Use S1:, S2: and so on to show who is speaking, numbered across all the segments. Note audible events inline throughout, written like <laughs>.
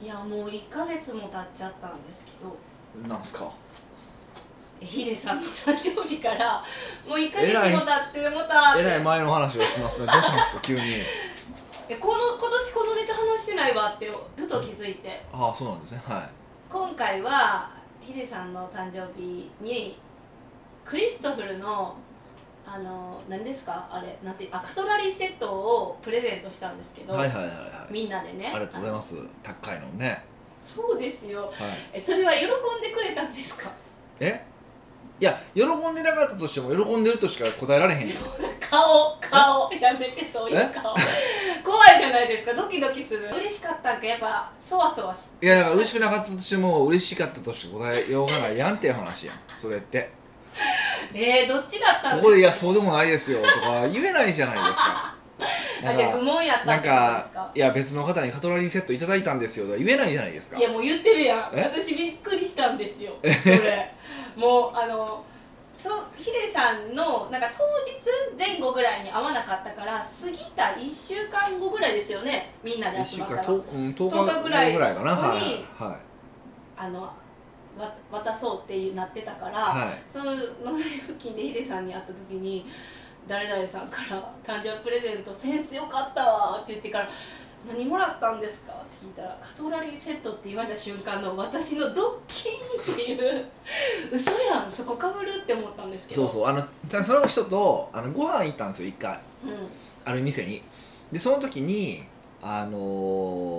S1: いやもう1ヶ月も経っちゃったんですけど
S2: なんすか
S1: えヒデさんの誕生日
S2: <laughs>
S1: からもう1ヶ月も経ってもた
S2: えらい前の話をしますねどうした
S1: <laughs>
S2: んですか急に
S1: えこの今年このネタ話してないわってふと気づいて
S2: ああそうなんですねは
S1: 今回はヒデさんの誕生日にクリストフルのあの何ですかあれなんてあカトラリーセットをプレゼントしたんですけ
S2: い
S1: ど、
S2: はいはいはいはい
S1: みんなでね
S2: ありがとうございますす高いのね
S1: そうですよ
S2: はい
S1: えそれは喜んでくれたんですか
S2: えいや喜んでなかったとしても喜んでるとしか答えられへんよ
S1: 顔顔 <laughs> やめてそういう顔怖いじゃないですかドキドキする嬉しかったんかやっぱそわそわし
S2: いやだから嬉しくなかったとしても嬉しかったとしか答えようがないやんっていう話やんそれって
S1: えー、どっちだったん
S2: ここで「いや
S1: す
S2: そうでもないですよ」とか言えないじゃないですか
S1: <laughs> かあじゃあ愚問やった
S2: なん
S1: ってことで
S2: か
S1: すか
S2: いや別の方にカトラリーセットいただいたんですよとか言えないじゃないですか
S1: いやもう言ってるやん
S2: え
S1: 私びっくりしたんですよそれもうあのそうヒデさんのなんか当日前後ぐらいに会わなかったから過ぎた1週間後ぐらいですよねみんなで
S2: 1
S1: 集
S2: 週
S1: まった
S2: 間
S1: ら
S2: と、うん、10
S1: 10
S2: 日
S1: 日ぐらい
S2: ぐらいかな
S1: ここ
S2: はい
S1: に
S2: は
S1: あのわ渡そうっていうなってたから、
S2: い、はい、
S1: その野田付近でヒデさんに会った時に誰々さんから「誕生日プレゼントセンスよかったわ」って言ってから「何もらったんですか?」って聞いたら「カトラリーセット」って言われた瞬間の私のドッキーンっていう嘘やんそこかぶるって思ったんですけ
S2: そ
S1: ど
S2: うそうあのじゃあその人とあのご飯行ったんですよ一回
S1: うん、うん
S2: ある店にでその時にあのー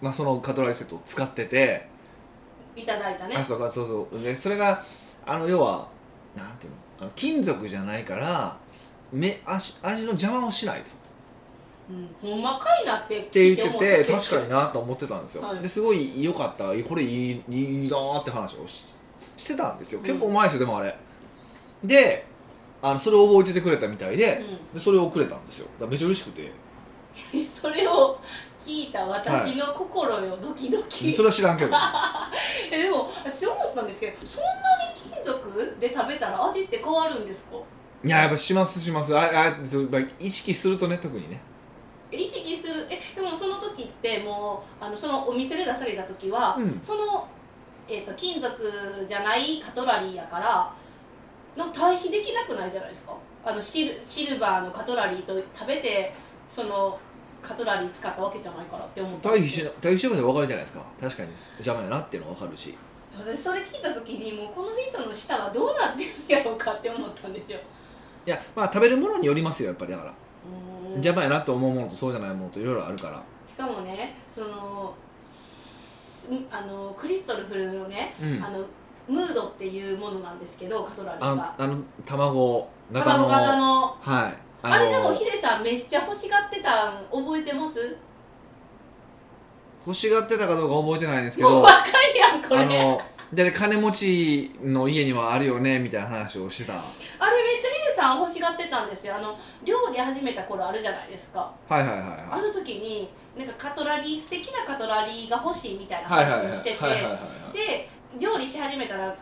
S2: まあそのカトラリーセットを使ってて
S1: いただいたね
S2: あそうかそうそうでそれがあの要はなんていうのあの金属じゃないから目足味の邪魔をしないと
S1: うん、ほんまかいなって
S2: っ
S1: 聞
S2: て言っ
S1: い
S2: て
S1: 思った
S2: て
S1: んです
S2: 確
S1: けど
S2: かになと思ってたんですよ、
S1: はい
S2: ですごい良かったこれいいいいなーって話をししてたんですよ結構前ですよ、でもあれであのそれを覚えててくれたみたいで,、でそれをくれたんですよだからめっちゃ嬉しくて
S1: うん、 <laughs> それを聞いた私の心よ、ドキドキ
S2: それは知ら
S1: <laughs>
S2: んけど
S1: えでも私思ったんですけどそんなに金属で食べたら味って変わるんですか
S2: いややっぱしますしますああそうやっぱ意識するとね特にね
S1: 意識するえでもその時ってもうあのそのお店で出された時は、
S2: うん
S1: その、えー、と金属じゃないカトラリーやからなんか対比できなくないじゃないですかあのシルシルバーのカトラリーと食べてそのカトラリー使ったわけじゃないからって思った
S2: 対比しな対比してるで分かるじゃないですか確かに邪魔やなっていうの分かるし
S1: 私それ聞いた時にもうこの人の舌はどうなってるんやろうかって思ったんですよ
S2: いやまあ食べるものによりますよやっぱりだから、
S1: うーん
S2: 邪魔やなと思うものとそうじゃないものといろいろあるから
S1: しかもねそのしあのクリストルフルのね、
S2: うん
S1: あのムードっていうものなんですけどカトラリ
S2: あ
S1: ー
S2: の
S1: が
S2: あの卵型の
S1: 卵型の
S2: はい
S1: あ
S2: の
S1: れでもヒデさんめっちゃ欲しがってたん覚えてます
S2: 欲しがってたかどうか覚えてないんですけ
S1: もう
S2: ど
S1: 若いやんこれあ
S2: あ
S1: れめっ
S2: ので金持ちの家にはあるよねみたいな話をしてた
S1: ちゃヒデさん欲しがってたんですよあの料理始めた頃あるじゃないですか
S2: はいはいはい
S1: あ
S2: は
S1: の時になんかカトラリー素敵なカトラリーが欲しいみたいない
S2: はいは
S1: 話
S2: いは
S1: を
S2: い
S1: してて
S2: はいはいはい
S1: で料理し始めたら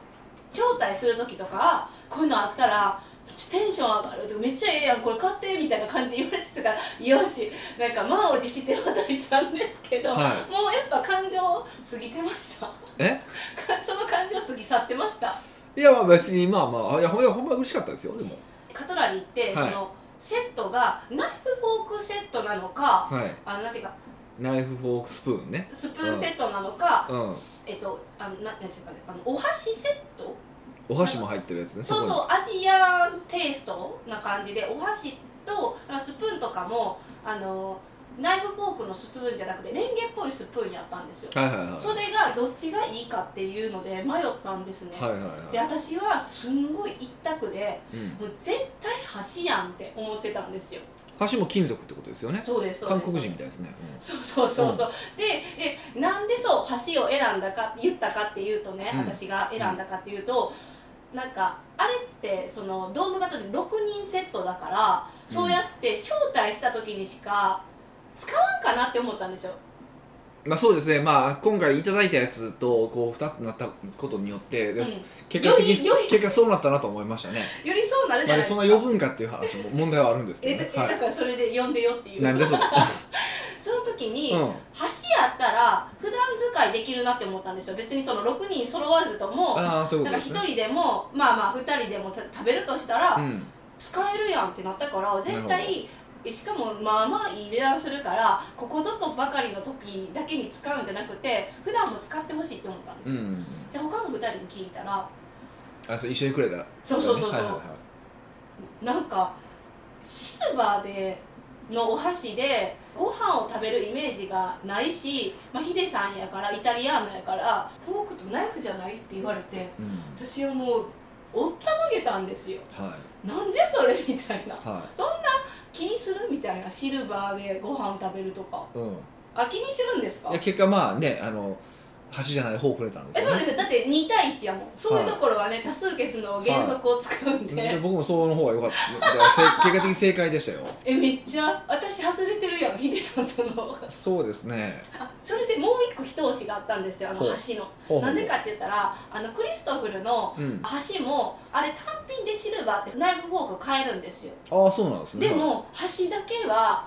S1: 招待する時とかこういうのあったらめっちゃテンション上がるとかめっちゃええやんこれ買ってみたいな感じで言われてたからよしなんか満を持して私したんですけど、
S2: はい
S1: もうやっぱ感情過ぎてました
S2: え
S1: か <laughs> その感情過ぎ去ってました
S2: いやまあ別にまあまあいやほんまほんま嬉しかったですよでも
S1: カトラリーって、
S2: はい
S1: そのセットがナイフフォークセットなのか
S2: はい
S1: あのなんていうか
S2: ナイフフォークスプーンね
S1: スプーンセットなのか、
S2: うん
S1: えっとあのななんていうかねあのお箸セット
S2: お箸も入ってるやつねそこ
S1: そう
S2: に
S1: そうアジアンテイストな感じでお箸とあのスプーンとかもあのナイフフォークのスプーンじゃなくてレンゲっぽいスプーンやったんですよ
S2: はいはいはい
S1: それがどっちがいいかっていうので迷ったんですね、
S2: はいはい
S1: で
S2: は
S1: 私はすんごい一択で
S2: い、うん、
S1: もう絶対箸やんって思ってたんですよ
S2: 箸も金属ってことですよね
S1: そうですそうです
S2: 韓国人みたいですね、うん
S1: そうそうそうそう、でえなんでそう橋を選んだか言ったかっていうとね、
S2: うん
S1: 私が選んだかっていうとなんかあれってそのドーム型で6人セットだからそうやって招待した時にしか使わんかなって思ったんですよ
S2: まあそうですね、まあ、今回いただいたやつとこう二つになったことによって、でも
S1: うん
S2: 結果的に
S1: よりより
S2: 結果そうなったなと思いましたね。
S1: よりそうなるじ
S2: ま
S1: ゃない
S2: あ、
S1: です
S2: そん
S1: か、
S2: な呼ぶんかっていう話も問題はあるんですけ
S1: え
S2: ど、ね、
S1: だだからそれで呼んでよってい
S2: なん
S1: う
S2: でそれ、
S1: その時に、
S2: うん、
S1: 橋やったらら普段使いできるなって思ったんですよ別にその6人揃わずとも
S2: ああそういう
S1: な
S2: こ
S1: ん
S2: と
S1: か一
S2: ですね
S1: 人でもまあまあ二人でもた食べるとしたら、
S2: うん
S1: 使えるやんってなったから
S2: ほど
S1: 絶対しかもまあまあいい値段するからここぞとばかりの時だけに使うんじゃなくて普段も使ってほしいって思ったんで
S2: う
S1: す
S2: んう
S1: よ、
S2: ん
S1: で他の二人に聞いたら
S2: あそう一緒にくれたら
S1: そうそうそうそう
S2: はいはいは
S1: なんかシルバーでのお箸でご飯を食べるイメージがないし、まあ、ヒデさんやからイタリアーノやからフォークとナイフじゃないって言われて
S2: いうん
S1: 私はもうおったまげたんですよ
S2: は
S1: なんじゃそれみたいない
S2: は
S1: 気にするみたいなシルバーでご飯食べるとか
S2: いうん
S1: あ気にするんですか
S2: いや結果まあねあの橋じゃない方をくれたんで
S1: え
S2: す
S1: そ
S2: よ
S1: うで
S2: ね
S1: すだって2対1やもんそういうところはね、多数決の原則を使うんで、
S2: で僕もその方が良かっただからせ結果的に正解でしたよ
S1: <laughs> えめっちゃ私外れてるやんヒデさんと
S2: <laughs>
S1: の
S2: そうですね
S1: あそれでもう一個一押しがあったんですよあの
S2: ほう
S1: 橋の
S2: ほうほう
S1: なんでかって言ったらあのクリストフルの
S2: うん
S1: 橋もあれ単品でシルバーってナイフフォーク買えるんですよ
S2: ああそうなんですね
S1: でも橋だけは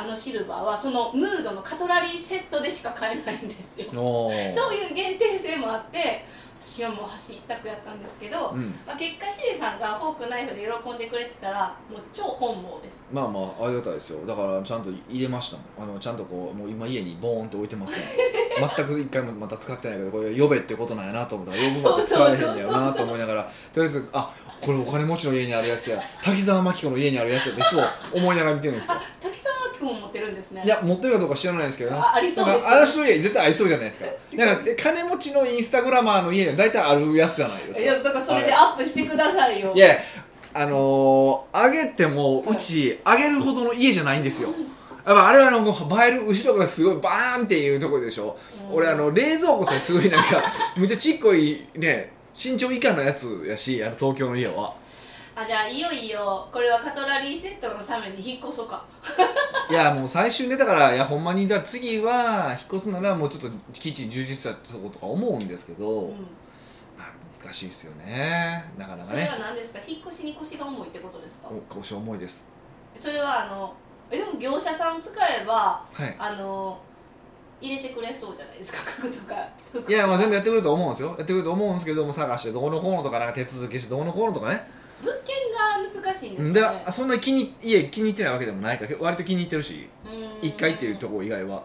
S1: あのシルバーはそのムードのカトラリーセットでしか買えないんですよ
S2: おー
S1: そういう限定性もあって私はもう橋一択やったんですけど、
S2: うん
S1: まあ、結果ヒデさんがフォークナイフで喜んでくれてたらもう超本望です
S2: まあまあありがたいですよだからちゃんと入れましたもんあのちゃんとこうもう今家にボーンと置い
S1: <laughs>
S2: てますね全く一回もまた使ってないけどこれ呼べってことなんやなと思ったら呼ぶまで使われへんだよなと思いながらとりあえずあこれお金持ちの家にあるやつや滝沢真紀子の家にあるやつやっていつも思いながら見てるんですよ
S1: あ滝沢真紀子も持ってるんですね
S2: いや持ってるかどうか知らないですけど
S1: あありそうです
S2: なんかあの人の家に絶対ありそうじゃな
S1: <laughs>
S2: いですかだから金持ちのインスタグラマーの家には大体あるやつじゃないです
S1: い
S2: か
S1: やだからそれでアップしてくださいよ
S2: いやあのー、あげてもうちあげるほどの家じゃないんですよやっぱあれはあのもう映える後ろがすごいバーンっていうところでしょ、
S1: うん
S2: 俺あの冷蔵庫さえすごいなんか <laughs> めっちゃちっこいね身長以下のやつやしあの東京の家は
S1: あじゃあいよいよこれはカトラリーセットのために引っ越そうか
S2: いやもう最終ねだからいやほんまにだから次は引っ越すならもうちょっとキッチン充実したとことか思うんですけど、
S1: うん
S2: まあ、難しいですよねなかなか
S1: それ
S2: ね
S1: は何ですか引っ越しに腰が重いってことですか
S2: お腰重いです
S1: それはあのえでも業者さん使えば
S2: はい
S1: あの入れてくれそうじゃないですか <laughs> 家具とか服とか
S2: いやまあ全部やってくれると思うんですよやってくれると思うんですけども探してどこのこうのとかなんか手続きしてどこのこうのとかね
S1: 物件が難しいんです
S2: で
S1: かね
S2: そんな気に家気に入ってないわけでもないから割と気に入ってるし
S1: うん
S2: 1階っていうとこ以外は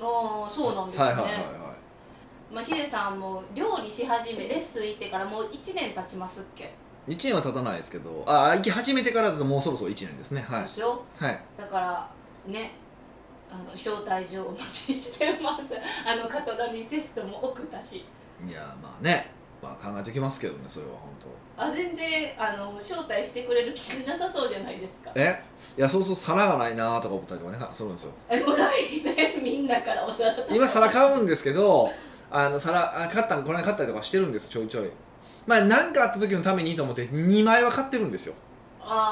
S1: ああそうなんですね、
S2: はいはいはいは
S1: まあ、ヒデさんも料理し始めレッスン行ってからもう1年経ちますっけ、
S2: い1年は経たないですけどあ行き始めてからだともうそろそろ1年ですねはい
S1: でしょ
S2: はい
S1: だからねあの招待状お待ちしてます <laughs> あのカトラリーセットも送ったし
S2: いやまあねまあ考えておきますけどねそれは本当
S1: あ全然あの招待してくれる気なさそうじゃないですか
S2: えいやそうそう皿がないなとか思ったりとかねするんですよ
S1: えもう来年みんなからお皿とか
S2: 今皿買うんですけどあの皿あ買ったんこの間買ったりとかしてるんですちょいちょいまあ何かあった時のためにと思って2枚は買ってるんですよ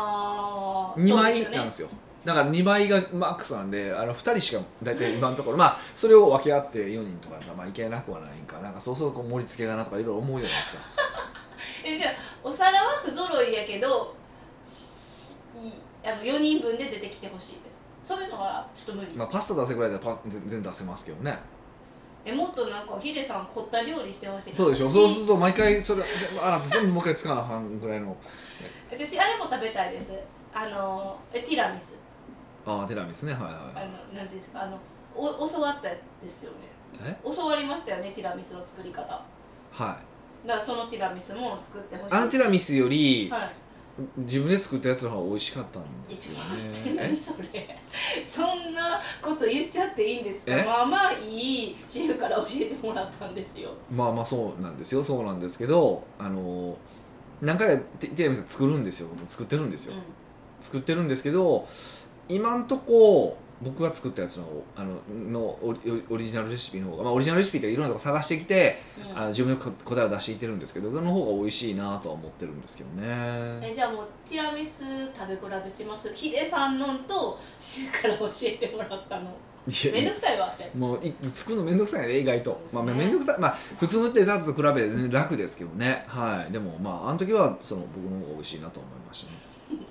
S1: ああ
S2: 2枚なんですすよだから2枚がマックスなんであの2人しか大体今のところまあそれを分け合って4人とかまあいけなくはないんかなんかそうするとこう盛り付けがなとかいろいろ思うじゃないですか
S1: えじゃあお皿は不揃いやけどしいあの4人分で出てきてほしいですそういうのはちょっと無理、
S2: まあパスタ出せぐらいだらパ全然出せますけどね
S1: えもっとなんかヒデさん凝った料理してほしい
S2: そうでしょ
S1: 私
S2: そうすると毎回それ全部洗って全部もう一回使わなあかんぐらいの
S1: 私あれも食べたいですあのえティラミス
S2: ああティラミスねはい
S1: あ
S2: は
S1: の
S2: い
S1: なんていうんですかあのお教わったですよね
S2: え
S1: 教わりましたよねティラミスの作り方だか
S2: はい
S1: らそのティラミスも作ってほしい
S2: あのティラミスより、
S1: はい
S2: 自分で作ったやつの方が美味しかったん
S1: え
S2: で
S1: ち
S2: す
S1: ょっ
S2: よ
S1: と待って何
S2: ね。
S1: それそんなこと言っちゃっていいんですか
S2: え
S1: まあまあいいシェフから教えてもらったんですよ
S2: まあまあそうなんですよそうなんですけどあの何回かテティラミス作るんですよ作ってるんです
S1: う
S2: よ、
S1: ん
S2: 作ってるんですけど今んとこ僕が作ったやつのあののオリオリジナルレシピの方が、まあ、オリジナルレシピっていろんなとこ探してきて、
S1: うん
S2: あの自分の答えを出していってるんですけどその方が美味しいなとは思ってるんですけどね。
S1: えじゃあもうティラミス食べ比べしますヒデさんのんとシェフから教えてもらったの
S2: いや
S1: めんどくさいわって
S2: もうい作るの面倒くさいね意外と、ま
S1: そ
S2: あ、
S1: うですね
S2: 面倒くさいまあ普通のデザートと比べて全然楽ですけどねはいでもまああの時はその僕の方が美味しいなと思いましたね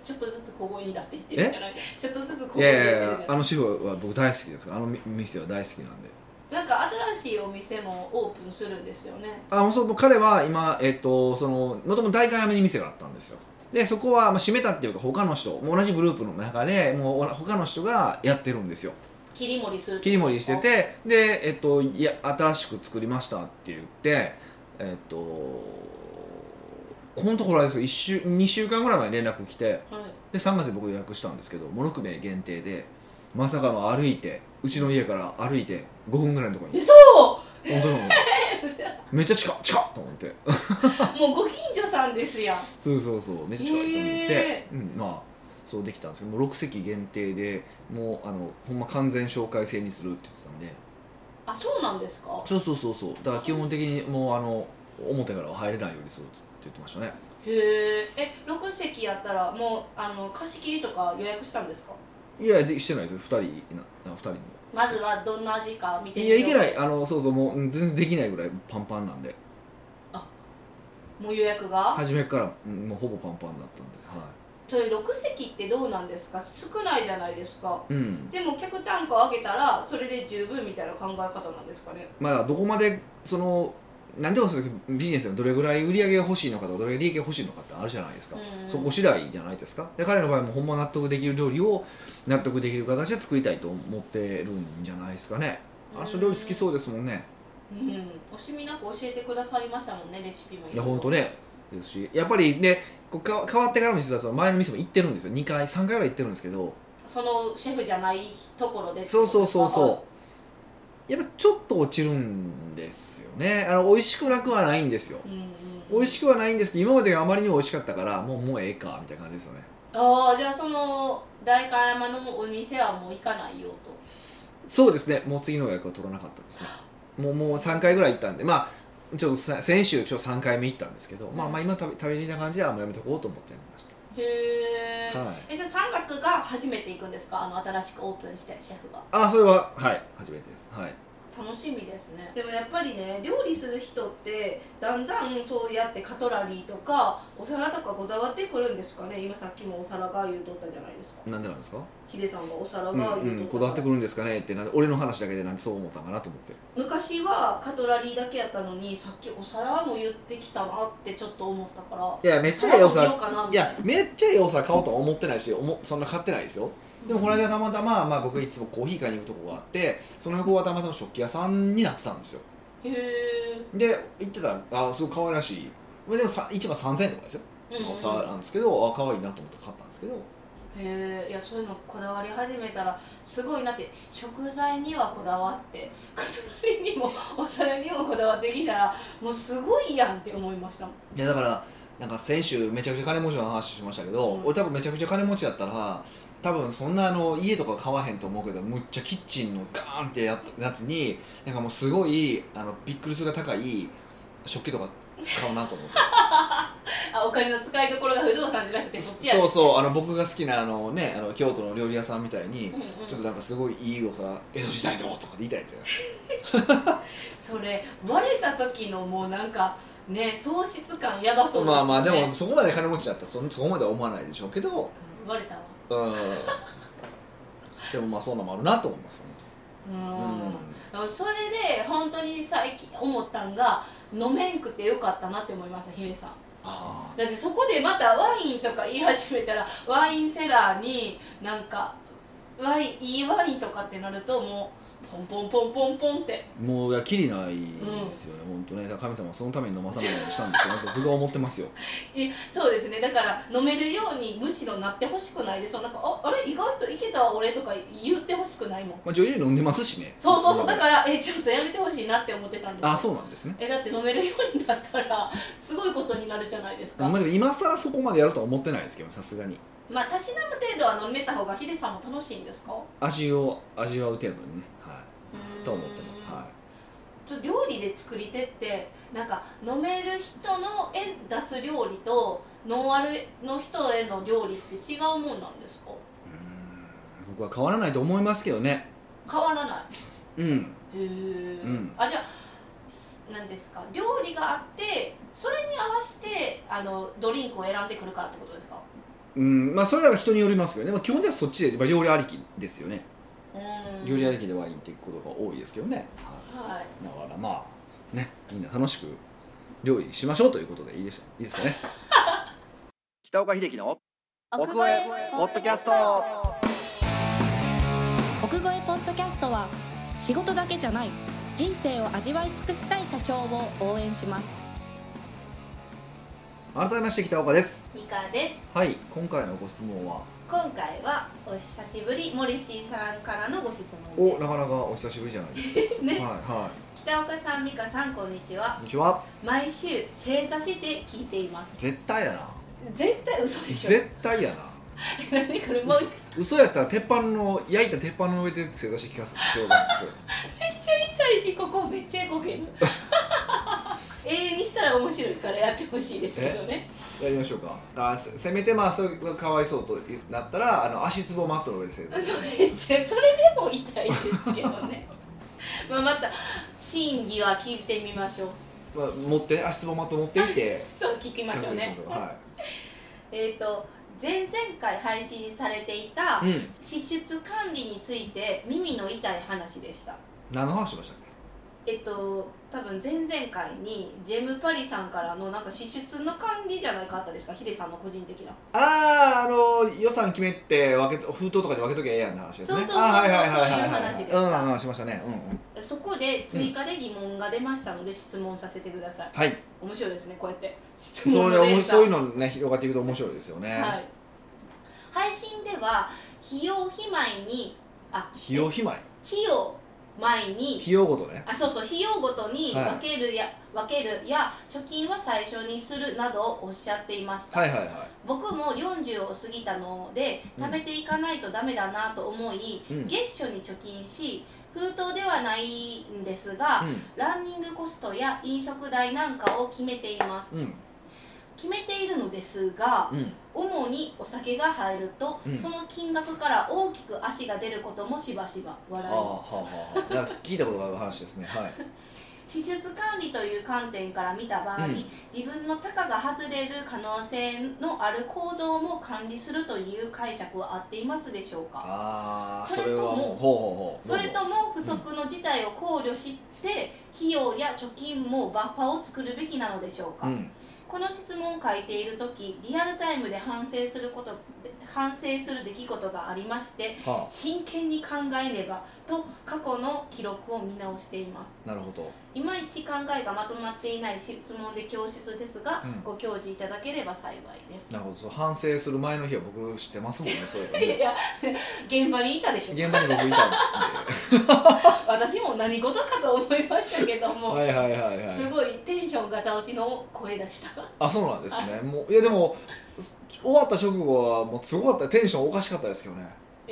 S1: ちょっとずつ小声になっていってるじゃないちょっとずつ小
S2: い
S1: 声に
S2: や
S1: なっ
S2: い
S1: て
S2: やい
S1: る
S2: や
S1: じゃ
S2: あ
S1: ない
S2: のシェフは僕大好きですからあのみ店は大好きなんで
S1: なんか新しいお店もオープンするんですよね
S2: あもうそうもう彼は今えっとそのもともと代官山に店があったんですよでそこはまあ閉めたっていうか他の人もう同じグループの中でもう他の人がやってるんですよ
S1: 切り盛りする
S2: 切り盛りしててで、えっと、いや新しく作りましたって言ってえっとこのところあれですよ1週2週間ぐらい前に連絡来て
S1: はい、
S2: で3月に僕予約したんですけども6名限定でまさかの歩いてうちの家から歩いて5分ぐらいのところに
S1: 嘘 <laughs>
S2: 本当なの <laughs> めっちゃ近っ近っと思って
S1: もうご近所さんですやん
S2: そうそうそうめっちゃ近いと思って、
S1: へ
S2: うん、まあそうできたんですけどもう6席限定でもうあのほんま完全紹介制にするって言ってたんで
S1: あそうなんですか
S2: そうそうそうそうだから基本的にもうあの表からは入れないようにするって言ってましたね
S1: へええ6席やったらもうあの貸し切りとか予約したんですか
S2: いやでしてないですよ2人なな2人の
S1: まずはどんな味か見て
S2: い
S1: み
S2: や
S1: よう
S2: いけないあのそうそうもううん全然できないぐらいパンパンなんで
S1: もう予約が、
S2: 初めからうんもうほぼパンパンだったんでは
S1: そういう6席ってどうなんですか少ないじゃないですか
S2: いうん
S1: でも客単価を上げたらそれで十分みたいな考え方なんですかね
S2: まあどこまでその何でもそうですけどビジネスでどれぐらい売り上げが欲しいのかとかどれぐらい利益が欲しいのかってあるじゃないですか、
S1: うん
S2: そこ次第じゃないですかで彼の場合もほんま納得できる料理を納得できる形で作りたいと思ってるんじゃないですかねあの人料理好きそうですもんね
S1: うん、惜しみなく教えてくださりましたもんねレシピも
S2: いやほんとねですしやっぱりねこうか変わってからも実はその前の店も行ってるんですよ2回3回ぐらい行ってるんですけど
S1: そのシェフじゃないところで
S2: そうそうそう
S1: あ
S2: そうやっぱちょっと落ちるんですよねあの美味しくなくはないんですよ
S1: うんうん、
S2: 美味しくはないんですけど今までがあまりにも美味しかったからもうもうええかみたいな感じですよね
S1: ああじゃあその代官山のお店はもう行かないよと
S2: そうですねもう次の予約は取らなかったですねもうもう3回ぐらい行ったんでまあちょっとさ先週ちょっと3回目行ったんですけど、まあまあ今食べ食べにな感じであもうやめとこうと思ってやめまし
S1: へ
S2: た、
S1: ー
S2: はい、
S1: えじゃあ3月が初めて行くんですかあの新しくオープンしてシェフが
S2: あそれははい初めてですはい
S1: 楽しみですねでもやっぱりね料理する人ってだんだんそうやってカトラリーとかお皿とかこだわってくるんですかね今さっきもお皿が言うとったじゃないですか
S2: なんでなんですか、
S1: ヒデさんがお皿が
S2: うん
S1: 言うとったから、
S2: うん、こだわってくるんですかねってなんで俺の話だけでなんでそう思ったんかなと思って
S1: 昔はカトラリーだけやったのにさっきお皿も言ってきたなってちょっと思ったから
S2: いやめっちゃええお
S1: 皿
S2: 皿
S1: も見ようかない
S2: やめっちゃええお皿買おうとは思ってないしおもそんな買ってないですよでもこの間たまたま、まあ、僕いつもコーヒー買いに行くとこがあってその横はたまたま食器屋さんになってたんですよ
S1: へえ
S2: で行ってたらあすごい可愛らしいまあでもさ1番3000円とかですよ、
S1: うんうん
S2: さなんですけどあ可愛いなと思って買ったんですけど
S1: へえいやそういうのこだわり始めたらすごいなって食材にはこだわってカトラリーにもお皿にもこだわってきたらもうすごいやんって思いましたもん
S2: いやだからなんか先週めちゃくちゃ金持ちの話しましたけど、
S1: うん
S2: 俺多分めちゃくちゃ金持ちやったら多分そんなあの家とか買わへんと思うけどむっちゃキッチンのガーンってやったやつになんかもうすごいあのびっくりするが高い食器とか買うなと思って
S1: <laughs> あお金の使いどころが不動産じゃなくてそっちや
S2: そうそうあの僕が好きなあの、ね、あの京都の料理屋さんみたいに、
S1: うんうん
S2: ちょっとなんかすごいいいお皿江戸時代のとかで言いたいじゃないですか
S1: それ割れた時のもうなんかね喪失感やばそうですよね
S2: まあまあでもそこまで金持ちだったらそそこまでは思わないでしょうけど
S1: うん割れたわ
S2: うん
S1: <laughs>
S2: でもまあそんなのもあるなと思います本当に
S1: うんそれで本当に最近思ったんが飲めんくてよかったなって思いました姫さん
S2: あ
S1: だってそこでまたワインとか言い始めたらワインセラーになんかワインいいワインとかってなるともうポンポンポンポンポンって
S2: ーもういやきりないですよね、本当ねだから神様はそのために飲まさないようにしたんですよね僕は思ってますよ
S1: いそうですねだから飲めるようにむしろなってほしくないですそうなんかああれ意外といけたわ俺とか言ってほしくないもん
S2: まあ女優飲んでますしね
S1: そうそうそうだ
S2: ら
S1: からえちょっとやめてほしいなって思ってたんです
S2: あそうなんですね
S1: えだって飲めるようになったらすごいことになるじゃないですか
S2: まあ、でも今更そこまでやるとは思ってないですけどさすがに
S1: まあたしなむ程度は飲めた方がヒデさんも楽しいんですか
S2: 味を味わう程度にね、は
S1: うー
S2: い、
S1: ん
S2: と思ってますは
S1: ちょっと料理で作り手ってなんか飲める人のへ出す料理とノンアルの人への料理って違うもんなんですか
S2: いうーん僕は変わらないと思いますけどね
S1: 変わらない
S2: うん
S1: へえ、
S2: うん
S1: あじゃあ何ですか料理があってそれに合わせてあのドリンクを選んでくるからってことですか
S2: うんまあそれらが人によりますよね、まあ、基本的にはそっちで、まあ、料理ありきですよね、
S1: うーん
S2: 料理ありきでワインっていくことが多いですけどね、は
S1: はい
S2: だからまあねみんな楽しく料理しましょうということでいいでしょいいですかね <laughs> 北岡秀樹の奥越えポッドキャスト
S3: 奥越えポッドキャストは仕事だけじゃない人生を味わい尽くしたい社長を応援します
S2: 改めまして北岡です
S1: ミカです
S2: はい今回のご質問は
S1: 今回はお久しぶりモリシーさんからのご質問
S2: お
S1: で
S2: なかなかお久しぶりじゃないです <laughs> か
S1: す <laughs> ね
S2: はいは
S1: 北岡さん美香さんこんにちはい
S2: こんにちは
S1: 毎週正座して聞いています
S2: 絶対やな
S1: 絶対嘘でしょ
S2: 絶対やな
S1: <laughs> 何これもう
S2: 嘘嘘やったら鉄板の焼いた鉄板の上で正座して聞かせてください
S1: 痛いしここめっちゃこけ <laughs> る永遠にしたら面白いからやってほしいですけどね
S2: やりましょうかだからせせめてまあそれがかわいそうとなったらあの足つぼマットの上で正座
S1: あのめっちゃそれでも痛いですけどね <laughs> まあまた審議は聞いてみましょう
S2: まあ、持って足つぼマット持ってきて
S1: そう聞きましょうね
S2: 確認しましょうは
S1: えっと前々回配信されていた
S2: い、うん、
S1: 支出管理について耳の痛い話でした
S2: 何の話しましたっ
S1: えっと多分前々回にジェム・パリさんからのなんか支出の管理じゃないかあったですかヒデさんの個人的な
S2: けあああの予算決めて分けと封筒とかに分けときゃええやんって話です
S1: そう
S2: ね
S1: そうそう
S2: あーはいはいはいはい
S1: そういう話でし
S2: は
S1: た
S2: いうんうんしましたねうんうん
S1: そこで追加で疑問が出ましたので質問させてください、 <laughs>
S2: はい
S1: 面白いですねこうやって質
S2: そ
S1: 問
S2: れ
S1: の連
S2: 面
S1: 鎖
S2: 白いのね広がっていくと面白いですよね、
S1: はい、配信では費用費前にあ
S2: 費用肥前
S1: 費用前に
S2: 費用ごとね
S1: あそうそう費用ごとに
S2: はい
S1: 分けるや、分けるや貯金は最初にするなどをおっしゃっていました、
S2: はいはいは
S1: 僕も40を過ぎたので
S2: うん
S1: 貯めていかないとダメだなと思い、
S2: いうん、うん、
S1: 月初に貯金し封筒ではないんですが、ランニングコストや飲食代なんかを決めています
S2: うん
S1: 決めているのですが
S2: うん
S1: 主にお酒が入ると、
S2: うん
S1: その金額から大きく足が出ることもしばしば
S2: ああ
S1: 笑
S2: はいあはあなんか聞いたことがある話ですねはい
S1: 支出管理という観点から見た場合、
S2: うん
S1: 自分のたかが外れる可能性のある行動も管理するという解釈は合っていますでしょうか
S2: ああ
S1: そ
S2: そ
S1: れ
S2: れ
S1: とも
S2: はもうほうほうほう
S1: それとも不測の事態を考慮して費用や貯金もバッファを作るべきなのでしょうか、
S2: どうぞうん
S1: この質問を書いている時リアルタイムで反省すること反省する出来事がありまして
S2: は
S1: 真剣に考えねばと過去の記録を見直しています
S2: あなるほど
S1: いまいち考えがまとまっていない質問で恐縮ですが、
S2: うん
S1: ご教示いただければ幸いです
S2: なるほどそう反省する前の日は僕知ってますもんねそういうの
S1: <laughs> いやいや現場にいたでしょ
S2: 現場に僕いたんで
S1: 私も何事かと思いましたけども、
S2: はいはいはいは
S1: す
S2: い
S1: ごいテンションガタ落ちの声出
S2: <laughs>
S1: した
S2: あそうなんですねもういやでもす終わった直後はもうすごかったテンションおかしかったですけどね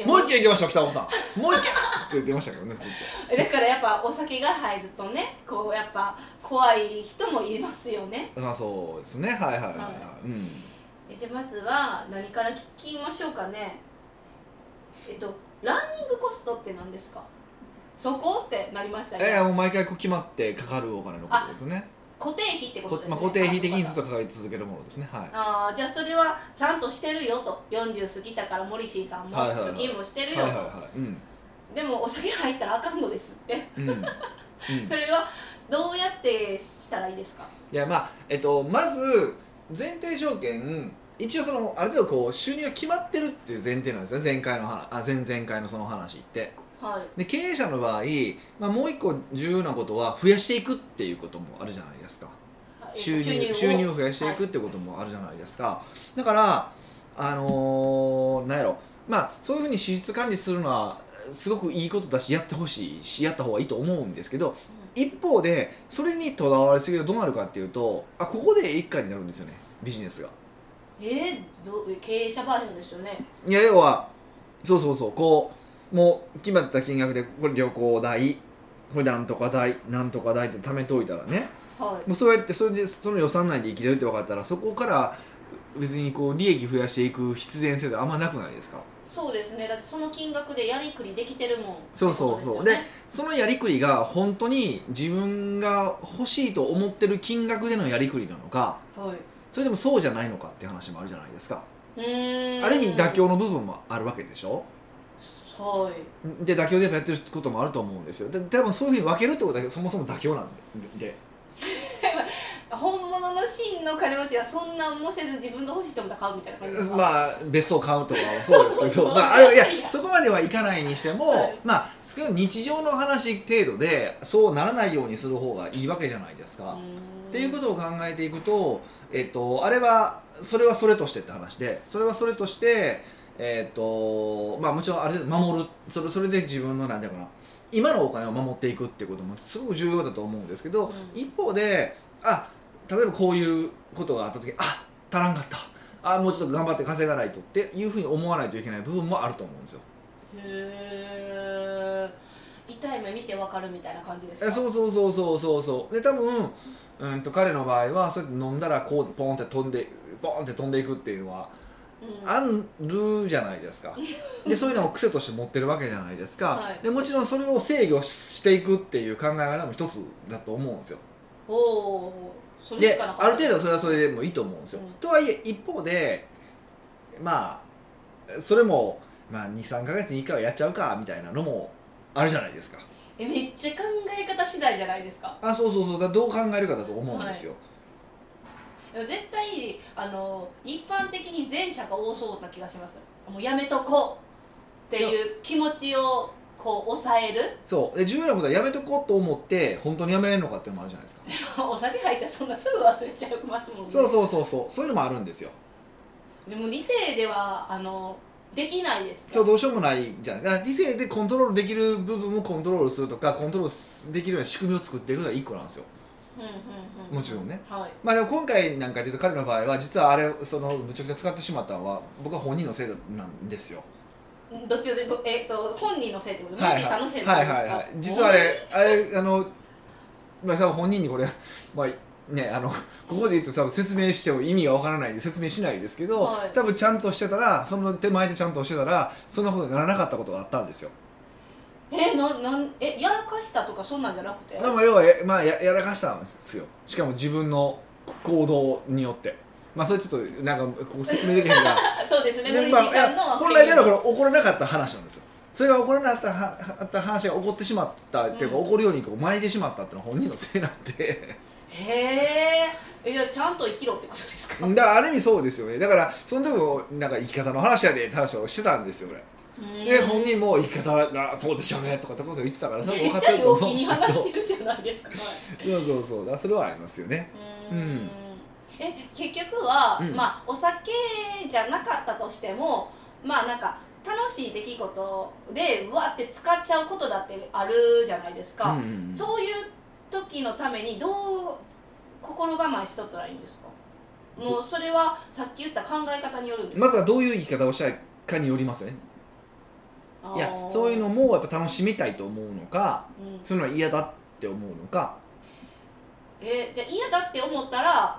S2: もう一軒行きましょう北岡さんもう一軒って言ってましたけどねずっ
S1: だからやっぱお酒が入るとねこうやっぱ怖い人もいますよね
S2: とまあそうですねはいはいはい、は、
S1: はい
S2: うん
S1: えじゃあまずは何から聞きましょうかねえっとランニングコストって何ですかそこってなりました
S2: いやい
S1: ね
S2: やもう毎回こう決まってかかるお金のことですね
S1: 固定費ってこと
S2: こ
S1: ですね
S2: まあ、固定費的にずっとかかり続けるものですねはい
S1: あーじゃあそれはちゃんとしてるよと40過ぎたからモリシーさんも
S2: はいはいはい
S1: 貯金もしてるよと、
S2: はいはいはいうん
S1: でもお酒入ったらあかんのですって
S2: うん、うん、
S1: <laughs> それはどうやってしたらいいですか
S2: いやまあえっとまず前提条件一応そのある程度こう収入が決まってるっていう前提なんですよ前回の話あ前々回のその話って
S1: はい
S2: で経営者の場合、まあ、もう一個重要なことは増やしていくっていうこともあるじゃないですか
S1: はい
S2: 収入収入
S1: を
S2: を増やしていくってこともあるじゃないですか、だからあのーなんやろまあそういうふうに支出管理するのはすごくいいことだしやってほしいしやった方がいいと思うんですけど一方でそれにとらわれすぎるとどうなるかっていうとあここで一家になるんですよねビジネスが
S1: えー、どう経営者バージョンですよね
S2: いや要はそうそうそうこうもう決まった金額でこれ旅行代これなんとか代なんとか代って貯めといたらね
S1: はい
S2: もうそうやってそれでその予算内で生きれるって分かったらそこから別にこう利益増やしていく必然性ってあんまなくないですか
S1: そうですねだってその金額でやりくりできてるもん
S2: そうそうそう
S1: って
S2: そのやりくりが本当に自分が欲しいと思ってる金額でのやりくりなのか
S1: ことで
S2: それでもそうじゃないのかっていう話もあるじゃないですか
S1: すよねはいうーん
S2: ある意味妥協の部分もあるわけでしょ
S1: はい
S2: で妥協でやっぱやってることもあると思うんですよで多分そういうふうに分けるってことはそもそも妥協なんでで
S1: 本物の真の金持ちはそんなんもせず自分が欲しいと思ったら買うみたいな感じですか、
S2: まあ別荘買うとかもそうですけ
S1: そう
S2: ど
S1: そう
S2: まああれいやそこまではいかないにしても、
S1: はい
S2: まあ少なくとも日常の話程度でそうならないようにする方がいいわけじゃないですか、っていうこととを考えていくと、えっと、あれはそれはそれとしてって話でそれはそれとして、えっとまあ、もちろんある程度守るそれそれで自分のなんていうのかな今のお金を守っていくっていうこともすごく重要だと思うんですけど、
S1: うん
S2: 一方であ例えばこういうことがあった時あ足らんかったあもうちょっと頑張って稼がないとっていうふうに思わないといけない部分もあると思うんですよ。
S1: へえ痛い目見てわかるみたいな感じですか
S2: えそうそうそうそうそうそうで多分うんと彼の場合はそうやって飲んだらこうポンって飛んでポンって飛んでいくっていうのは
S1: うん
S2: あるじゃないですかでそういうのを癖として持ってるわけじゃないですか、
S1: はい
S2: でもちろんそれを制御していくっていう考え方も一つだと思うんですよ
S1: おおそれし
S2: で
S1: かなかった
S2: ある程度それはそれでもいいと思うんですよ、
S1: うん
S2: とはいえ一方でまあそれも、まあ、23か月に1回はやっちゃうかみたいなのもあるじゃないですか
S1: えめっちゃ考え方次第じゃないですか
S2: あそうそうそうだからどう考えるかだと思うんですよ、
S1: でも絶対あの一般的に前者が多そうな気がしますもうやめとこうっていう気持ちをこう抑える <laughs>
S2: そうで重要なことはやめとこうと思って本当にやめれるのかっていうのもあるじゃないですか
S1: お酒入ったらそんなすぐ忘れちゃいますもんね
S2: そうそうそうそうそういうのもあるんですよ
S1: でも理性ではあのできないです
S2: そう
S1: か
S2: どうしようもないじゃないだから理性でコントロールできる部分をコントロールするとかコントロールできるような仕組みを作っていくのが一個なんですよ
S1: うんうんうん
S2: もちろんね
S1: はい
S2: まあでも今回なんかで言うと彼の場合は実はあれそのむちゃくちゃ使ってしまったのは僕は本人のせいなんですよ
S1: どっちでもえそう本人のせいってことマ
S2: は
S1: ジ
S2: い
S1: さ
S2: は
S1: んのせいっ
S2: い
S1: てこと
S2: は
S1: です
S2: い
S1: か
S2: はいはい実はあれあれあのまあ多分本人にこれまあねあのここで言うと多分説明しても意味がわからないんで説明しないですけど、
S1: はい
S2: 多分ちゃんとしてたらその手前でちゃんとしてたらそんなことにならなかったことがあったんですよ
S1: えななんえやらかしたとかそんなんじゃなくて
S2: でも要はや,、まあ、ややらかしたんですよしかも自分の行動によってまあそれちょっとなんかこう説明できへんから
S1: <laughs> あそうですね
S2: で
S1: 森
S2: まあ
S1: 地
S2: い
S1: さんの
S2: や本来であればこれ起こらなかった話なんですよそれが起こらなかったはあった話が起こってしまったっていうか、
S1: うん
S2: 起こるようにこう巻いてしまったっていうのは本人のせいなん
S1: <laughs>
S2: で
S1: へーえじゃあちゃんと生きろってことですか
S2: だからある意味そうですよねだからその時もなんか生き方の話やでって話をしてたんですよ俺で本人も生き方がそうでしょうねとかってことを言ってたから多分
S1: め
S2: 分
S1: っ
S2: かっ
S1: ちゃ
S2: てると
S1: 陽
S2: 思う
S1: 気
S2: んで
S1: に <laughs>
S2: すけ
S1: 話してるじゃないですか、はい
S2: ど <laughs> そうそうそうだからそれはありますよね
S1: うーんえ結局は、
S2: うん
S1: まあ、お酒じゃなかったとしてもまあなんか楽しい出来事でうわって使っちゃうことだってあるじゃないですか、
S2: うんうんうん
S1: そういう時のためにどう心構えしとったらいいんですかもうそれはさっき言った考え方によるんですか
S2: まずはどういう生き方をしたいかによりますよねいや
S1: あー
S2: そういうのもやっぱ楽しみたいと思うのか
S1: うん
S2: そういうのは嫌だって思うのか
S1: えーじゃあ嫌だって思ったら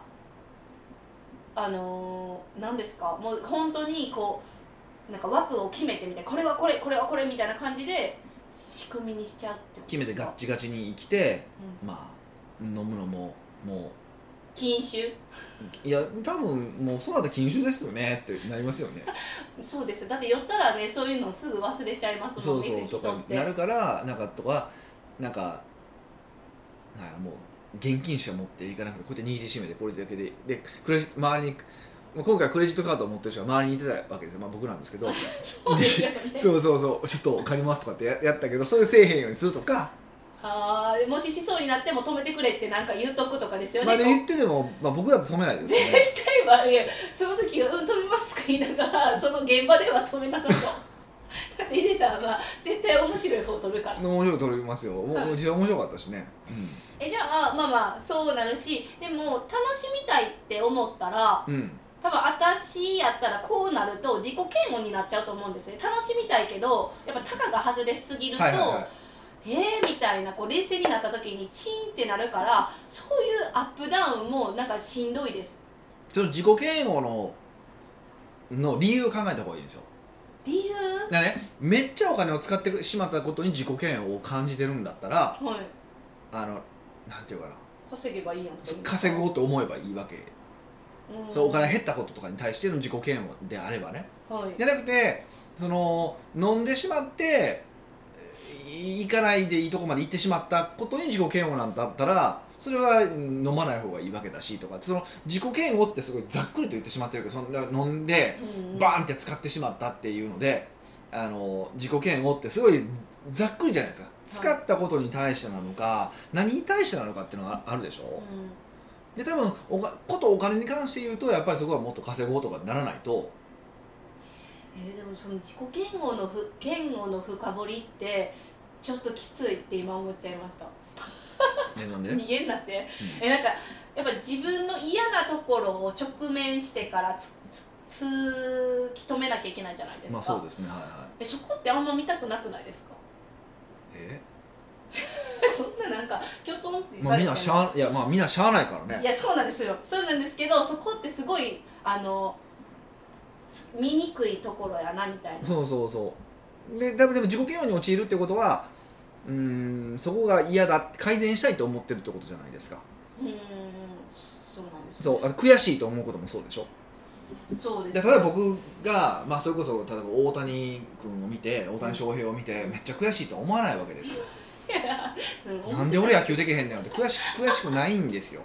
S1: あのー、何ですかもう本当にこうなんか枠を決めてみたいなこれはこれこれはこれみたいな感じで仕組みにしちゃうってこと
S2: 決め
S1: で
S2: て
S1: すか
S2: ガッチガチに生きて
S1: うん
S2: まあ飲むのもも
S1: 禁酒
S2: ういや多分もうそうなったら禁酒ですよねってなりますよ
S1: <laughs>
S2: ね
S1: そうですだって酔ったらねそういうのすぐ忘れちゃいます
S2: そ
S1: もん
S2: う
S1: ね
S2: そうと
S1: 人
S2: か
S1: って
S2: なるからなんかとかなんかなんやろもう現金しか持っていかなくてこうやって握りしめてこれだけででクレジ周りにまあ今回クレジットカードを持ってる人が周りにいてたわけですよ、まあ、僕なんで
S1: <laughs>
S2: すけど
S1: そうですよ
S2: <laughs>
S1: ね
S2: そうそうそうちょっと借りますとかってややったけどそういうせえへんようにするとか、
S1: あーもししそうになっても止めてくれってなんか言うとくとかですよね、
S2: まあ、で言ってても、まあ、僕だと止めないですよね
S1: 例えばいやその時は「うん止めます」か言いなが
S2: <laughs>
S1: らその現場では止めなさそうだってヒデさんは絶対面白い方取るから
S2: 面白いと取れますよもう実際面白かったしね、
S1: えじゃあまあまあそうなるしでも楽しみたいって思ったら
S2: うん、うん、
S1: 多分私やったらこうなると自己嫌悪になっちゃうと思うんですよね楽しみたいけどやっぱたかが外れすぎると、
S2: はいはいは
S1: えーみたいなこう冷静になった時にチーンってなるからそういうアップダウンもなんかしんどいです
S2: いちょっと自己嫌悪のの理由を考えた方がいいんですよ
S1: 理由
S2: だからねめっちゃお金を使ってしまったことに自己嫌悪を感じてるんだったら
S1: はい
S2: あのなんていうかな
S1: 稼げばいいやん
S2: 稼ごうと思えばいいわけ、
S1: うん
S2: そうお金減ったこととかに対しての自己嫌悪であればね
S1: はい
S2: じゃなくてその飲んでしまってい行かないでいいとこまで行ってしまったことに自己嫌悪なんだったらそれはうん飲まない方がいいわけだしとかその自己嫌悪ってすごいざっくりと言ってしまってるけどそんな飲んで
S1: うん
S2: バーンって使ってしまったっていうのであの自己嫌悪ってすごいざっくりじゃないですか使ったことに対してなのか何に対してなのかっていうのがあるでしょ
S1: うん
S2: で多分おかことお金に関して言うとやっぱりそこはもっと稼ごうとかならないと
S1: えーでもその自己嫌悪のふ嫌悪の深掘りってちょっときついって今思っちゃいました
S2: えなんで
S1: 逃げんなってえなんかやっぱ自分の嫌なところを直面してからつつ突き止めなきゃいけないじゃないですか、
S2: まあそうですねはいはい
S1: えそこってあんま見たくなくないですか <laughs>
S2: え
S1: そんななんかきょとんって
S2: まあ
S1: され
S2: みん
S1: ても
S2: なしゃあいやまあみんなしゃあないから
S1: い
S2: ね
S1: やそうなんですよそうなんですけどそこってすごいあのつ見にくいところやなみたいな
S2: そうそうそうで多分でも自己嫌悪に陥るってことはうーんそこが嫌だ改善したいと思ってるってことじゃないですか
S1: うーんそうなんです
S2: そう
S1: よ
S2: あの悔しいと思うこともそうでしょ
S1: そうです
S2: で例えば僕が、まあ、それこそ例えば大谷君を見て大谷翔平を見てめっちゃ悔しいとは思わないわけですよ
S1: <laughs> う
S2: なんで俺野球できへんねんって悔し悔しくないんですよ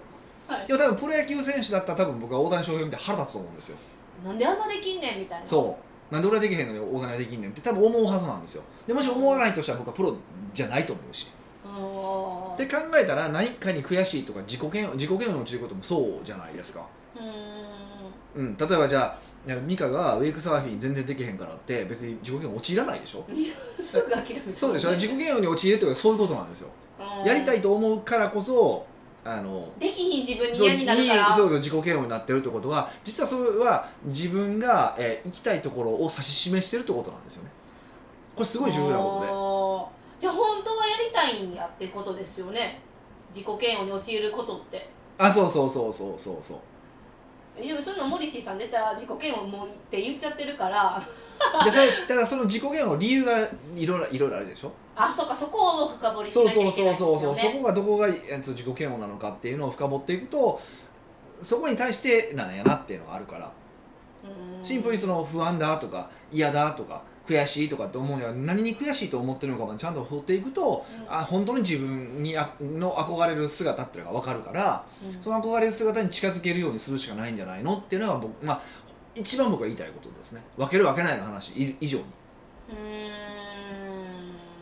S1: はい
S2: でも多分プロ野球選手だったら多分僕は大谷翔平を見て腹立つと思うんですよ
S1: なんであんなできんねんみたいな
S2: そうなんで俺はできへんのに大谷はできんねんって多分思うはずなんですよでもし思わないとしたら僕はプロじゃないと思うし
S1: うーん
S2: って考えたら何かに悔しいとか自己嫌悪自己嫌悪のうちることもそうじゃないですか
S1: うーん
S2: うん、例えばじゃあなんか美香がウェイクサーフィン全然できへんからって別に自己嫌悪陥らないでしょ
S1: すぐ諦め
S2: そうでしょ自己
S1: 分
S2: 嫌悪に陥るってことはそういうことなんですよ、やりたいと思うからこそあの
S1: できひん自分に
S2: そう
S1: 嫌になるから
S2: そうそう自己嫌悪になってるってことは実はそれは自分が、えー行きたいところを指し示してるってことなんですよねこれすごい重要なこ
S1: とでじゃあ本当はやりたいんやってことですよね自己嫌悪に陥ることって
S2: とであそうそうそうそうそうそう
S1: えでもそんなモリシーさん出たら自己嫌悪もうって言っちゃってるから
S2: でさただその自己嫌悪の理由がいろいろいろいろあるでしょ
S1: あそうかそこを深掘りし
S2: そう
S1: なきゃ
S2: そ
S1: いうけない
S2: そう
S1: です
S2: そうそ
S1: よ
S2: うそ
S1: ね
S2: こがどこがえっと自己嫌悪なのかっていうのを深掘っていくとそこに対してなんやなっていうのがあるから
S1: うーん
S2: シンプルにその不安だとか嫌だとか悔しいとかって思うには何に悔しいと思ってるのかまでちゃんと掘っていくと
S1: うん
S2: あ本当に自分にあの憧れる姿っていうのが分かるから
S1: うん
S2: その憧れる姿に近づけるようにするしかないんじゃないのっていうのが僕、まあ、一番僕が言いたいことですね分ける分けないの話い以上に。
S1: うーん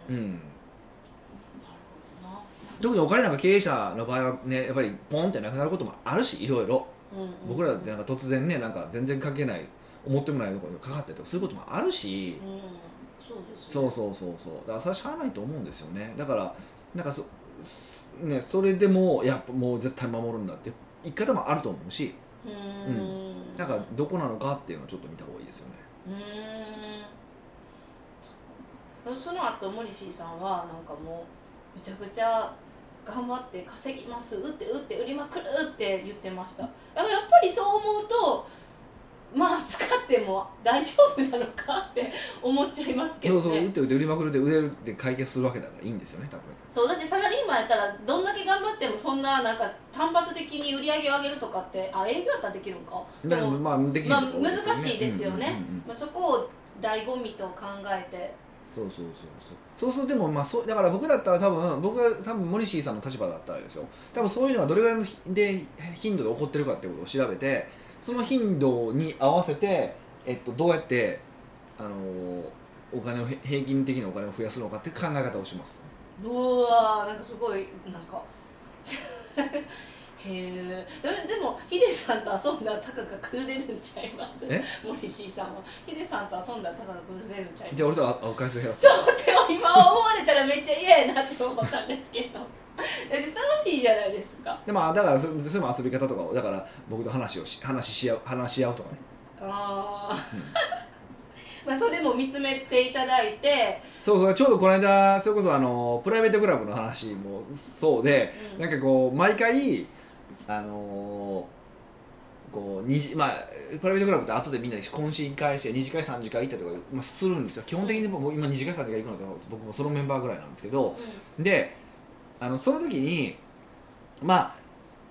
S2: うん
S1: なるほどな
S2: 特にお金なんか経営者の場合はねやっぱりポンってなくなることもあるしいろいろ
S1: うんうんうん
S2: 僕らってなんか突然ねなんか全然関係ない思ってもないところにかかったりとかすることもあるし
S1: う、んそうですね
S2: そうそうそうそうだからそれはしゃあないと思うんですよねだからなんかそ,す、ね、それでもやっぱもう絶対守るんだって言い方もあると思うし
S1: うーん
S2: なんかどこなのかっていうのをちょっと見た方がいいですよね
S1: うーんその後モリシーさんはなんかもうむちゃくちゃ頑張って稼ぎます打って打って売りまくるって言ってましたでもやっぱりそう思うとまあ使っても大丈夫なのかって思っちゃいますけど
S2: そ
S1: ね
S2: うそう打って打って売りまくるで売れるって解決するわけだからいいんですよね多分
S1: そうだってサラリーマンやったらどんだけ頑張ってもそんななんか単発的に売り上げを上げるとかってあ営業やったらできるんか
S2: だからまあできへんこと
S1: まあ難しいですよね
S2: うんうんうんうん
S1: まあ、そこを醍醐味と考えて
S2: そうそうそうそうそうそうでもまあそうだから僕だったら多分僕は多分モリシーさんの立場だったらですよ多分そういうのがどれぐらいのひで頻度で起こってるかってことを調べてその頻度に合わせて、えっと、どうやってあのーお金をへ平均的なお金を増やすのかって考え方をします
S1: うわーなんかすごいなんか <laughs> へえででもヒデさんと遊んだらたかが崩れるんちゃいます
S2: え
S1: モリシーさんはヒデさんと遊んだらたかが崩れるんちゃいま
S2: じ
S1: す
S2: ゃあ俺とはあお回数減らす
S1: そうって今思われたらめっちゃ嫌やなって思ったんですけどだって楽しいじゃないですか
S2: でまあだからそそれも遊び方とかをだから僕と話をし話し合う話し合うとかね
S1: ああ、まあそれも見つめていただいて、
S2: そうそうちょうどこの間それこそあのプライベートクラブの話もそうで、
S1: うん
S2: なんかこう毎回あのーこう二次まあプライベートクラブって後でみんなで懇親会して二次会三次会行ったりとか、まあ、するんですよ基本的に僕もう今二次会三次会行くので僕もそのメンバーぐらいなんですけど
S1: うん
S2: であのその時にまあ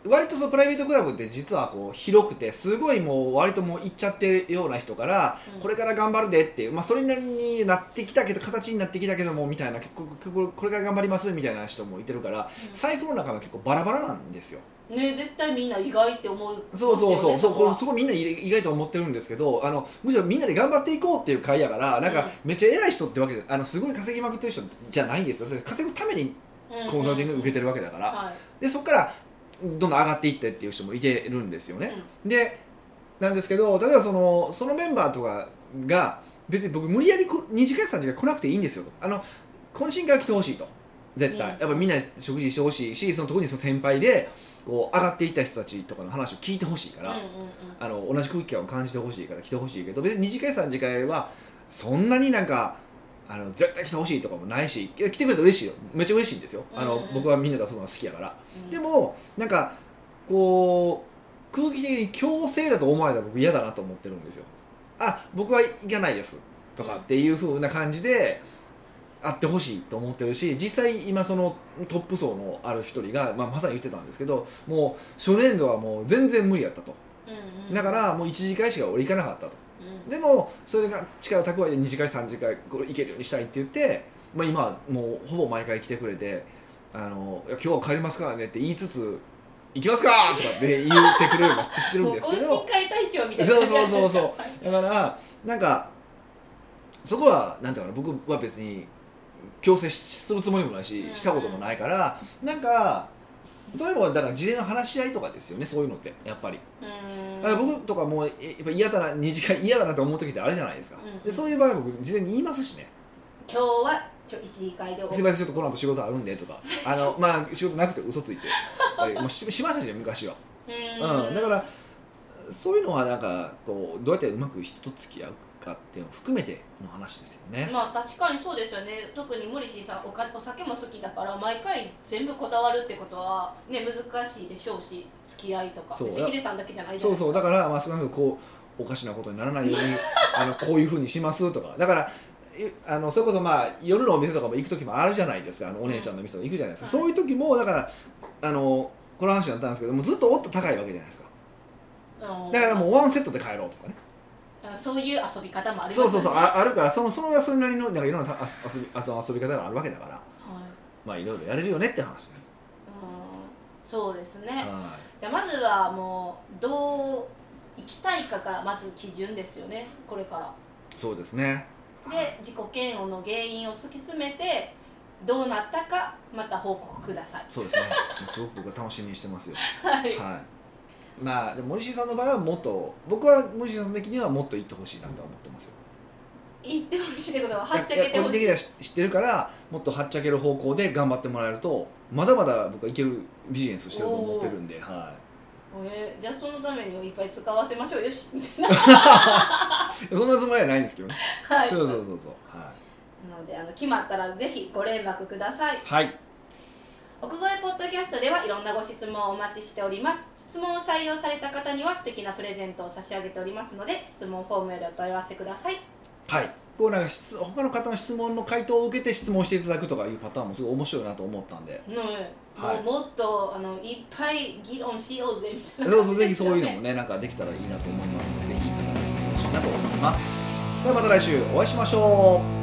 S2: 割とそのプライベートクラブって実はこう広くてすごいもう割ともう行っちゃってるような人から、
S1: うん
S2: これから頑張るでっていう、まあ、それなりになってきたけど形になってきたけどもみたいな結構結構これから頑張りますみたいな人もいてるから財布の中が結構バラバラなんですよ。
S1: ね絶対みんな意外って思う
S2: そうそうそう、
S1: です
S2: そ
S1: よね
S2: うこ
S1: こ
S2: れ
S1: は
S2: すごいみんな意外と思ってるんですけどあのむしろみんなで頑張っていこうっていう会やからなんかめっちゃ偉い人ってわけであのすごい稼ぎまくってる人じゃないんですよ稼ぐために
S1: うん
S2: コンサルティング受けてるわけだから、
S1: はい
S2: でそこからどんどん上がっていってっていう人もいてるんですよね、でなんですけど例えばそのそのメンバーとかが別に僕無理やりこ二次会三次会来なくていいんですよとあの懇親会来てほしいと絶対、
S1: うん
S2: やっぱみんな食事してほしいしその特にその先輩でこう上がっていった人たちとかの話を聞いてほしいから、
S1: うんうんうん
S2: あの同じ空気感を感じてほしいから来てほしいけど別に二次会三次会はそんなになんかあの絶対来てほしいとかもないしいや来てくれたら嬉しいよめっちゃ嬉しいんですよあの、
S1: うんうん
S2: 僕はみんなと遊ぶのが好きやから
S1: うん
S2: でもなんかこう空気的に強制だと思われたら僕嫌だなと思ってるんですよあ僕は行かないですとかっていう風な感じであってほしいと思ってるし実際今そのトップ層のある一人が、まあ、まさに言ってたんですけどもう初年度はもう全然無理やったと
S1: うんうん
S2: だからもう1次会しか俺行かなかったと
S1: うん
S2: でもそれが力を蓄えて2次会3次会これ行けるようにしたいって言って、まあ、今はもうほぼ毎回来てくれて「あのいや今日は帰りますからね」って言いつつ「行きますか!」とかって言ってくれるようになってきてるん
S1: もう
S2: です
S1: 懇
S2: けど
S1: 親会隊長みたいな感じなんです
S2: そうそうそう
S1: う
S2: だからなんかそこはなんていうのかな僕は別に強制しするつもりもないし
S1: うん
S2: したこともないからなんかそういうのはだから事前の話し合いとかですよねそういうのってやっぱり。
S1: うん
S2: あ僕とかもうえやっぱ嫌だな二次会嫌だなと思う時ってあるじゃないですか、
S1: うん
S2: でそういう場合は僕事前に言いますしね
S1: 今日はちょ一時会で
S2: 「
S1: お
S2: すいませんちょっとこの後仕事あるんで」とかあ
S1: <laughs>
S2: のまあ仕事なくて嘘ついてはいもうししましたしね昔は、
S1: うん
S2: うん、だからそういうのはなんかこうどうやってうまく人と付き合うかっていうのを含めての話ですよね、
S1: まあ確かにそうですよね特にモリシーさんおかお酒も好きだから毎回全部こだわるってことはね難しいでしょうし付き合いとか
S2: そう
S1: 別にヒデさんだけじゃないじゃ
S2: そ
S1: な
S2: う
S1: いですか
S2: そうだからまあ少なくともこうおかしなことにならないように <laughs> あのこういうふうにしますとかだからえあのそれこそまあ夜のお店とかも行く時もあるじゃないですかあのお姉ちゃんの店とか行くじゃないですか、
S1: はい
S2: そういう時もだからあのこの話になったんですけどもうずっとおっと高いわけじゃないですか
S1: うん
S2: だからもうワンセットで帰ろうとかね
S1: あそういう遊び方もありますよ
S2: そ
S1: ね
S2: うそうそうああるからそのそのそれなりのなんかいろんなたあ遊びあその遊び方があるわけだから
S1: はい
S2: まあいろいろやれるよねって話です、
S1: うんそうですね、
S2: は
S1: じゃあまずはもうどう行きたいかがまず基準ですよねこれから
S2: いそうですね
S1: で自己嫌悪の原因を突き詰めてどうなったかまた報告ください
S2: そうですねもうすごく僕は楽しみにしてますよ
S1: はい、
S2: はい、まあでも森重さんの場合はもっと僕は森重さん的にはもっと行ってほしいなとは思ってますよ
S1: <laughs> 言ってほしいってことははっちゃ
S2: いや
S1: けてほし
S2: い
S1: い
S2: や個人的には知ってるからもっとはっちゃける方向で頑張ってもらえるとまだまだ僕はいけるビジネスをしてると思ってるんで、は、
S1: えーじゃあそのためにいっぱい使わせましょうよしみたいない
S2: そんなつもりはないんですけどね、
S1: <laughs> はい、
S2: そうそうそうそうは
S1: なのであの決まったらぜひご連絡ください
S2: い、はい、
S1: 奥越ポッドキャストではいろんなご質問をお待ちしております質問を採用された方には素敵なプレゼントを差し上げておりますので質問フォームよりお問い合わせください
S2: はい、こうなんか質他の方の質問の回答を受けて質問していただくとかいうパターンもすごい面白いなと思ったんで
S1: うん、
S2: は
S1: も
S2: い
S1: うもっとあのいっぱい議論しようぜみたいな
S2: そうそう、ぜひそういうのもね、なんかできたらいいなと思いますので、ぜひいただいてほしいなと思います。ではまた来週お会いしましょう。